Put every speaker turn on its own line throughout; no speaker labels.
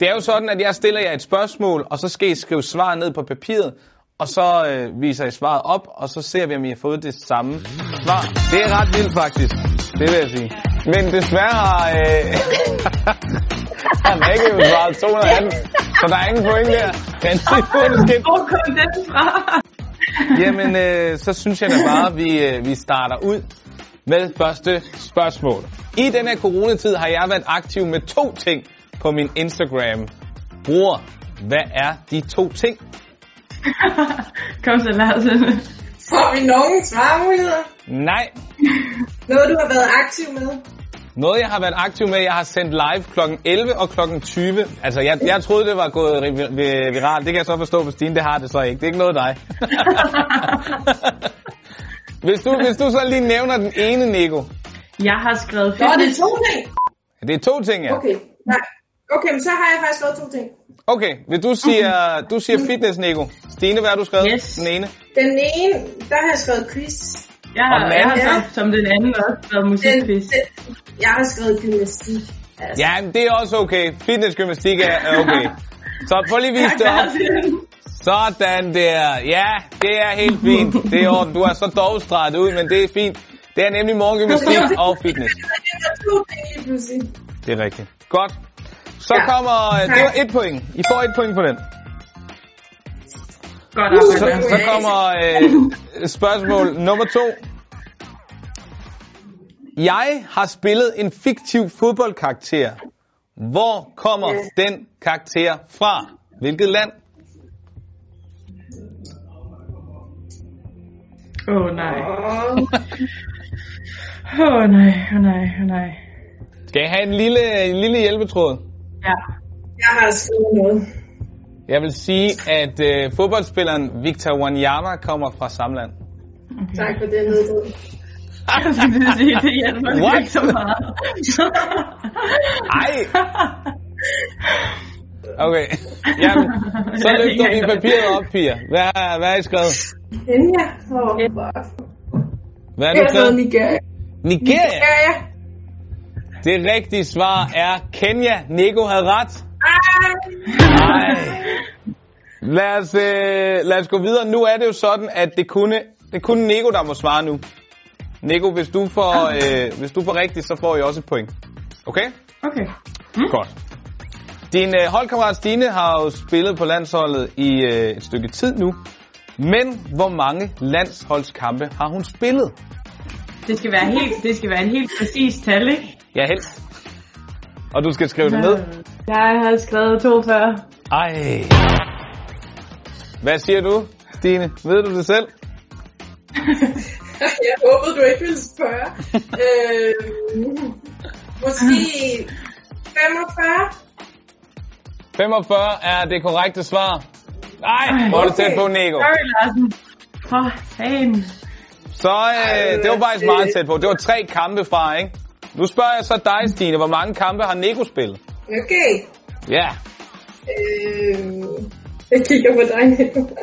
Det er jo sådan, at jeg stiller jer et spørgsmål, og så skal I skrive svaret ned på papiret, og så øh, viser I svaret op, og så ser vi, om I har fået det samme svar. Det er ret vildt faktisk, det vil jeg sige. Men desværre har, øh, har Rikke jo svaret 218, så der er ingen point der. Men det er fuldt skidt.
Hvor kom den fra?
Jamen, øh, så synes jeg da bare, at vi, øh, vi starter ud med første spørgsmål. I den her coronatid har jeg været aktiv med to ting på min Instagram. Bror, hvad er de to ting?
Kom så, Lars.
Får vi nogen svarmuligheder?
Nej,
Noget, du har været aktiv med?
noget jeg har været aktiv med, jeg har sendt live kl. 11 og kl. 20. Altså, jeg, jeg troede, det var gået ri- vi- vi- viralt. Det kan jeg så forstå på Stine, det har det så ikke. Det er ikke noget dig. hvis, du, hvis du så lige nævner den ene, Nico.
Jeg har skrevet
Nå, det
fitness.
er to ting.
Det er to ting, ja.
Okay, nej. Okay, men så har jeg faktisk lavet to ting.
Okay, Mm. vil du siger, du siger fitness, Nico. Stine, hvad har du skrevet?
Yes.
Den ene.
Den ene, der har jeg skrevet quiz.
Jeg har,
Og den
jeg har
anden-
sagt, som den anden også skrevet
Den,
musikquiz.
den, jeg har skrevet gymnastik. Altså.
Ja, men det er også okay. Fitness, gymnastik er er okay. Så prøv lige at vise
Tak,
det op.
Lars.
Sådan der. Ja, det er helt fint. Det er orden. Du er så dovstræt ud, men det er fint. Det er nemlig morgengymnastik og fitness.
Jeg har to ting lige pludselig.
Det er rigtigt. Godt. Så
Ja.
kommer... øh, Det var et point. I får et point på den.
Godt
Så,
arbejde, Lars.
så kommer øh, spørgsmål nummer to. Jeg har spillet en fiktiv fodboldkarakter. Hvor kommer
Ja.
den karakter fra? Hvilket land?
Åh, oh, nej.
Åh,
Åh, oh, nej. Åh, oh, nej. Åh, oh, nej.
Skal jeg have en lille, en lille hjælpetråd?
Ja.
jeg har skrevet noget.
Jeg vil sige, at øh, fodboldspilleren Victor Wanyama kommer fra samme land.
Tak for den nedbrud.
Altså, det, det, det hjælper nok
What?
ikke så meget.
Ej! Okay. Jamen, så
Jeg
løfter vi
tænker ikke.
papiret op, piger. Hvad, har- hvad har I skrevet?
Den her. Åh, fuck.
Hvad har du
Jeg har skrevet
skrevet?
Nigeria.
Nigeria!
Ja, ja.
Det rigtige svar er Kenya. Nico havde ret.
Ej.
Nej. Lad os, øh, lad os gå videre. Nu er det jo sådan, at det kunne, det kunne Nico, der må svare nu. Nico, hvis du, får, øh, hvis du får rigtigt, så får I også et point. Okay?
Okay.
Godt. Din øh, holdkammerat Stine har jo spillet på landsholdet i øh, et stykke tid nu. Men hvor mange landsholdskampe har hun spillet?
Det skal være helt, det skal være en helt præcis tal, ikke?
Ja, helst. Og du skal skrive det ned.
Jeg har skrevet 42.
Ej. Hvad siger du, Stine? Ved du det selv?
Jeg håbede, du ikke ville spørge. øh, måske 45?
45 er det korrekte svar. Nej, hvor er det tæt på, Nico.
Sorry, Larsen. For fanden.
Så øh, det var faktisk meget tæt på. Det var tre kampe fra, ikke? Nu spørger jeg så dig, Stine. Hvor mange kampe har Nico spillet?
Okay.
Ja.
Øh, jeg kigger på dig, Nico.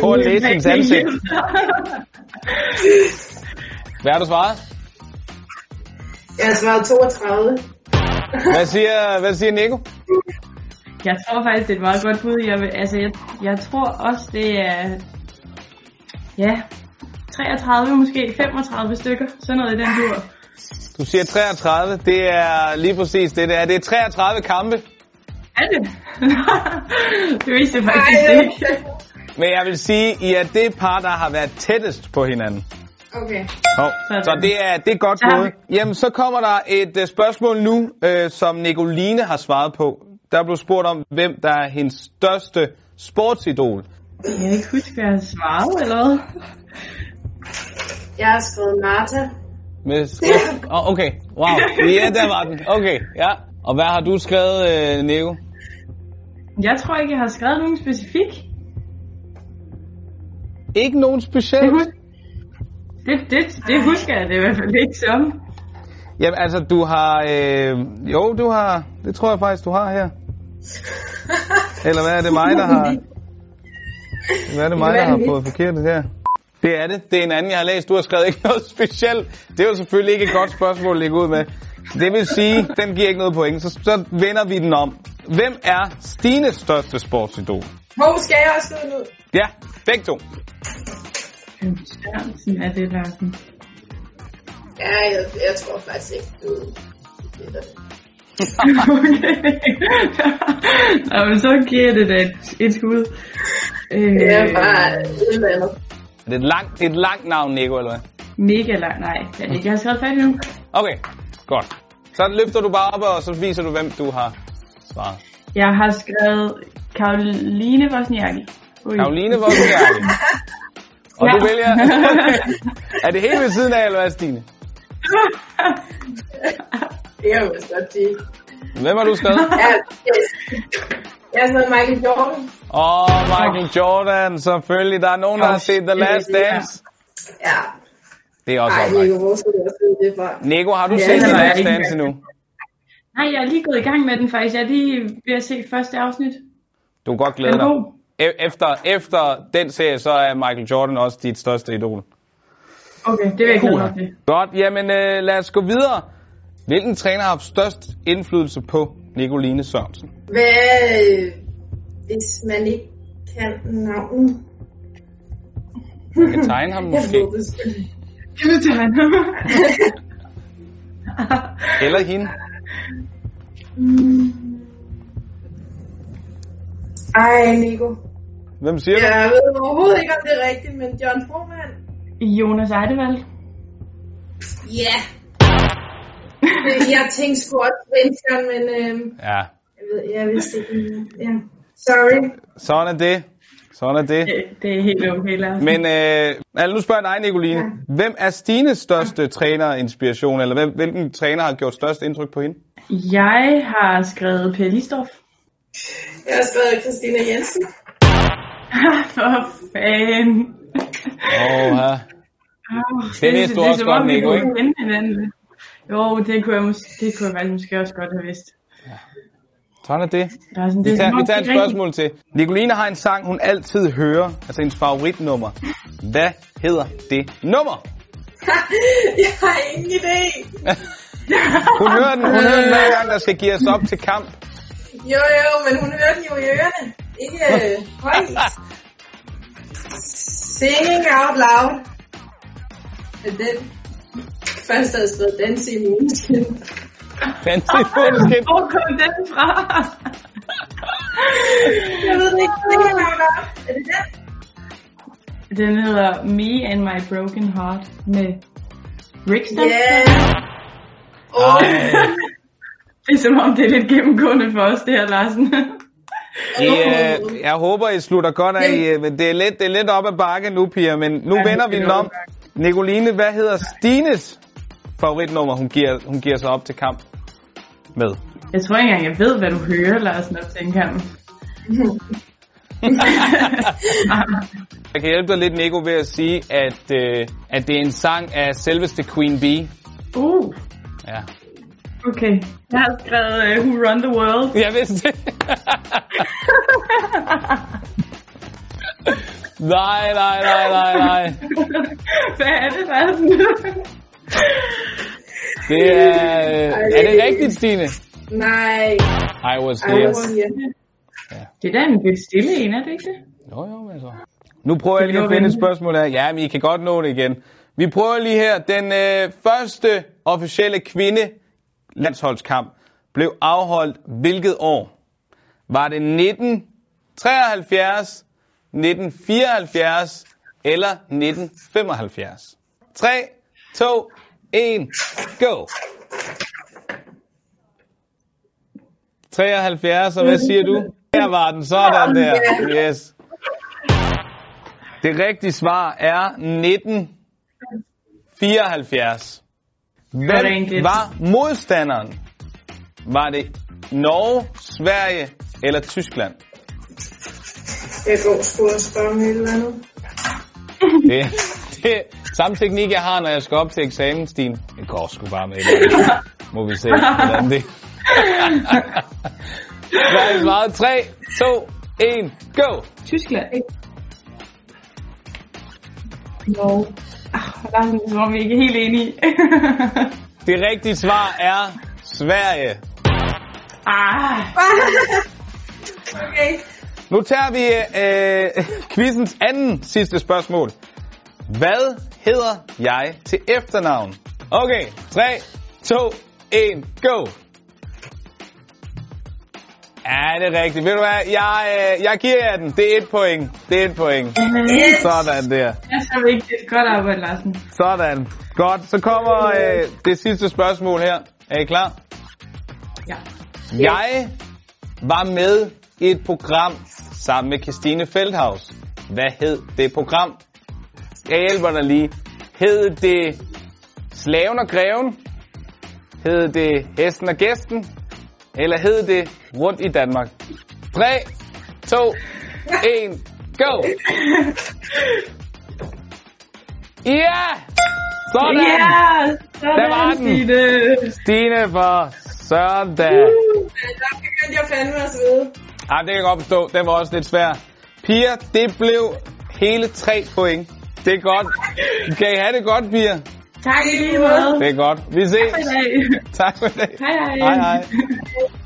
Prøv at læse hendes ansigt. Hvad har du svaret?
Jeg har svaret 32.
Hvad siger, hvad siger Nico?
Jeg tror faktisk, det er et meget godt bud. Jeg, vil, altså, jeg, jeg tror også, det er... Ja, 33 måske, 35 stykker. Sådan noget i den dur.
Du siger 33. Det er lige præcis det, det er. Det er 33 kampe.
Er det? det vidste jeg faktisk
Ej,
ikke.
Men jeg vil sige, I er det par, der har været tættest på hinanden.
Okay.
Hov,
Sådan.
så det er, det er godt
Ja.
gået. Jamen, så kommer der et øh, spørgsmål nu, øh, som Nicoline har svaret på. Der blev spurgt om, hvem der er hendes største sportsidol.
Jeg kan ikke huske, hvad jeg har svaret, eller hvad?
Jeg har skrevet Marta.
Med skrift. Oh, okay, wow. Ja, der var den. Okay, ja. Og hvad har du skrevet, øh, Nico?
Jeg tror ikke, jeg har skrevet nogen specifik.
Ikke nogen
Det,
speciel?
hus- det, det, det husker jeg det i hvert fald ikke som.
Jamen, altså, du har... Øh, jo, du har... Det tror jeg faktisk, du har her. Eller hvad er det mig, der har... Hvad er det mig, der har fået forkert det her? Det er det. Det er en anden, jeg har læst. Du har skrevet ikke noget specielt. Det er jo selvfølgelig ikke et godt spørgsmål at lægge ud med. Det vil sige, den giver ikke noget point, så, så vender vi den om. Hvem er Stines største sportsidol?
Hvor skal jeg også sidde ud?
Ja, begge to.
Kim Sørensen er det, Larsen.
Ja, jeg, jeg tror faktisk ikke, du ved det.
Okay. Nå, men så giver det da et, et hud. Øh,
Det er bare et eller andet.
Det er et langt, det er et langt navn, Nico, eller hvad?
Mega lang, nej. Jeg ikke har skrevet fat i nu.
Okay, godt. Så løfter du bare op, og så viser du, hvem du har svaret.
Jeg har skrevet Karoline Wozniacki. Ui.
Karoline Vognbjerg. Og du
Ja.
vælger... er det helt ved siden af, eller hvad, Stine?
Det kan jeg vist godt sige.
Hvem har du skrevet?
Ja, yes. Jeg har sådan Michael Jordan.
Åh, oh, Michael Jordan, selvfølgelig. Der er nogen, der har set The Last Dance.
Ja.
Det er også
Ej,
oprigtigt.
Nico, hvor skal du også vide det fra?
Nico, har du
Ja,
set
det
The
har jeg
Last
ikke
Dance endnu?
Nej, jeg er lige gået i gang med den faktisk. Jeg er lige ved at se første afsnit.
Du kan godt
Den
glæde
er
dig.
god.
E- Efter, efter den serie, så er Michael Jordan også dit største idol.
Okay, det vil jeg glæde mig til.
Godt, jamen øh, lad os gå videre. Hvilken træner har haft størst indflydelse på Nicoline Sørensen?
Hvad, øh, hvis man ikke kan navnet?
Man kan tegne ham
Jeg
måske.
ved det sgu ikke.
Det vil tage
Eller hende.
Ej, Nico.
Hvem siger du?
Jeg ved overhovedet ikke, om det er rigtigt, men John Frohmann.
Jonas Eidevald.
Ja. Yeah. jeg tænkte sgu også svenskeren, men øh,
Ja,
jeg, ved, jeg vidste ikke. Ja. Sorry.
sådan er det. Sådan er det.
Det, det er helt okay, Lars.
Men øh, altså, nu spørger jeg dig, Nicoline. Hvem er Stines største trænerinspiration? Eller hvem, hvilken træner har gjort størst indtryk på hende?
Jeg har skrevet Per Listorff.
Jeg har skrevet Christina Jensen.
For fanden.
Åh, oh, ja.
Åh,
Det vidste du
Ah, det,
også
det,
godt, Nico,
ikke? Kende hinanden. Jo, det kunne, jeg mås- det kunne jeg faktisk måske også godt have vidst.
Sådan er det.
Der er sådan, det
Vi
er
tager,
som om,
vi tager et
det er rigtigt.
spørgsmål til. Nicoline har en sang, hun altid hører. Altså hendes favoritnummer. Hvad hedder det nummer?
jeg har ingen idé.
Hun hører den, hun hører den hver gang, der skal give os op til kamp.
Jo, jo, men hun hører den jo i ørerne. Ikke øh, højt. Singing out loud. Er den først havde skrevet danse i måneskin.
Den til fugleskin.
Hvor kom den fra?
Jeg ved det ikke. Singing out loud. Er det den?
den hedder Me and My Broken Heart med Rick
Ja.
yeah.
Åh,
Ej.
Det er som om, det er lidt gennemgående for os, det her, Larsen.
I, øh, jeg håber, I slutter godt af. I, øh, men det, er lidt, det er lidt op ad bakke nu, piger, men nu
Ja,
vender
det
vi
er
den
op
om.
ad
Nicoline, hvad hedder Stines favoritnummer, hun giver, hun giver sig op til kamp med?
jeg tror ikke engang, jeg ved, hvad du hører, Larsen, op til en kamp. Ah,
Jeg kan hjælpe dig lidt, Nico, ved at sige, at, øh, at det er en sang af selveste Queen Bee.
Uh,
Ja.
okay. Jeg har skrevet uh, Who Run the World.
Jeg vidste det. nej, nej, nej, nej, nej.
Hvad er det, Larsen?
Det er... Øh, er det rigtigt, Stine?
nej.
I was
Ej,
here.
hvor siger jeg.
det er da en lidt stille en, er det ikke det?
Jo, jo, men altså. så. Nu prøver jeg
vi
lige at
nå
finde et
den?
spørgsmål her. Ja, men I kan godt nå det igen. Vi prøver lige her. Den øh, første officielle kvinde landsholdskamp blev afholdt hvilket år? Var det 1973, 1974 eller 1975? 3, 2, 1, go! 73, og hvad siger du? Der var den sådan der. Yes. Det rigtige svar er 1974.
Sådan
Hvem
gæt.
var modstanderen? Var det Norge, Sverige eller Tyskland?
Jeg går sgu og spørger om et eller andet.
Det, det er samme teknik, jeg har, når jeg skal op til eksamen, Stine. Det går sgu bare med det. Må vi se, hvordan det... Der er svaret 3, 2, 1, go!
Tyskland, ikke? Jo. Ah, Larsen, det er som om vi ikke er helt enige.
Det rigtige svar er Sverige.
Ah,
okay.
Nu tager vi øh, quizens anden sidste spørgsmål. Hvad hedder jeg til efternavn? Okay, 3, 2, 1, go! Ja, det er rigtigt. Ved du hvad? Jeg, øh, jeg giver jer den. Det er et point. Det er et point.
Yes.
Sådan der.
det er så vigtigt. Godt arbejde, Larsen.
Sådan. Godt. Så kommer øh, det sidste spørgsmål her. Er I klar?
Ja.
Jeg var med i et program sammen med Christine Feldhaus. Hvad hed det program? Jeg hjælper dig lige. Hed det Slaven og Greven? Hed det Hesten og Gæsten? Eller hed det Rundt i Danmark? 3, 2, 1, go! Ja! Sådan!
Ja, sådan,
Der var den.
Stine.
Stine for Søren da.
Men der begyndte jeg fandme at svede.
Ej, Ah, det kan jeg godt forstå. Den var også lidt svær. Pia, det blev hele tre point. Det er godt. Kan I have det godt, Pia?
Tak i lige måde.
Det er godt. Vi ses.
Hej.
Tak for det.
Hej, hej.
Hej, hej.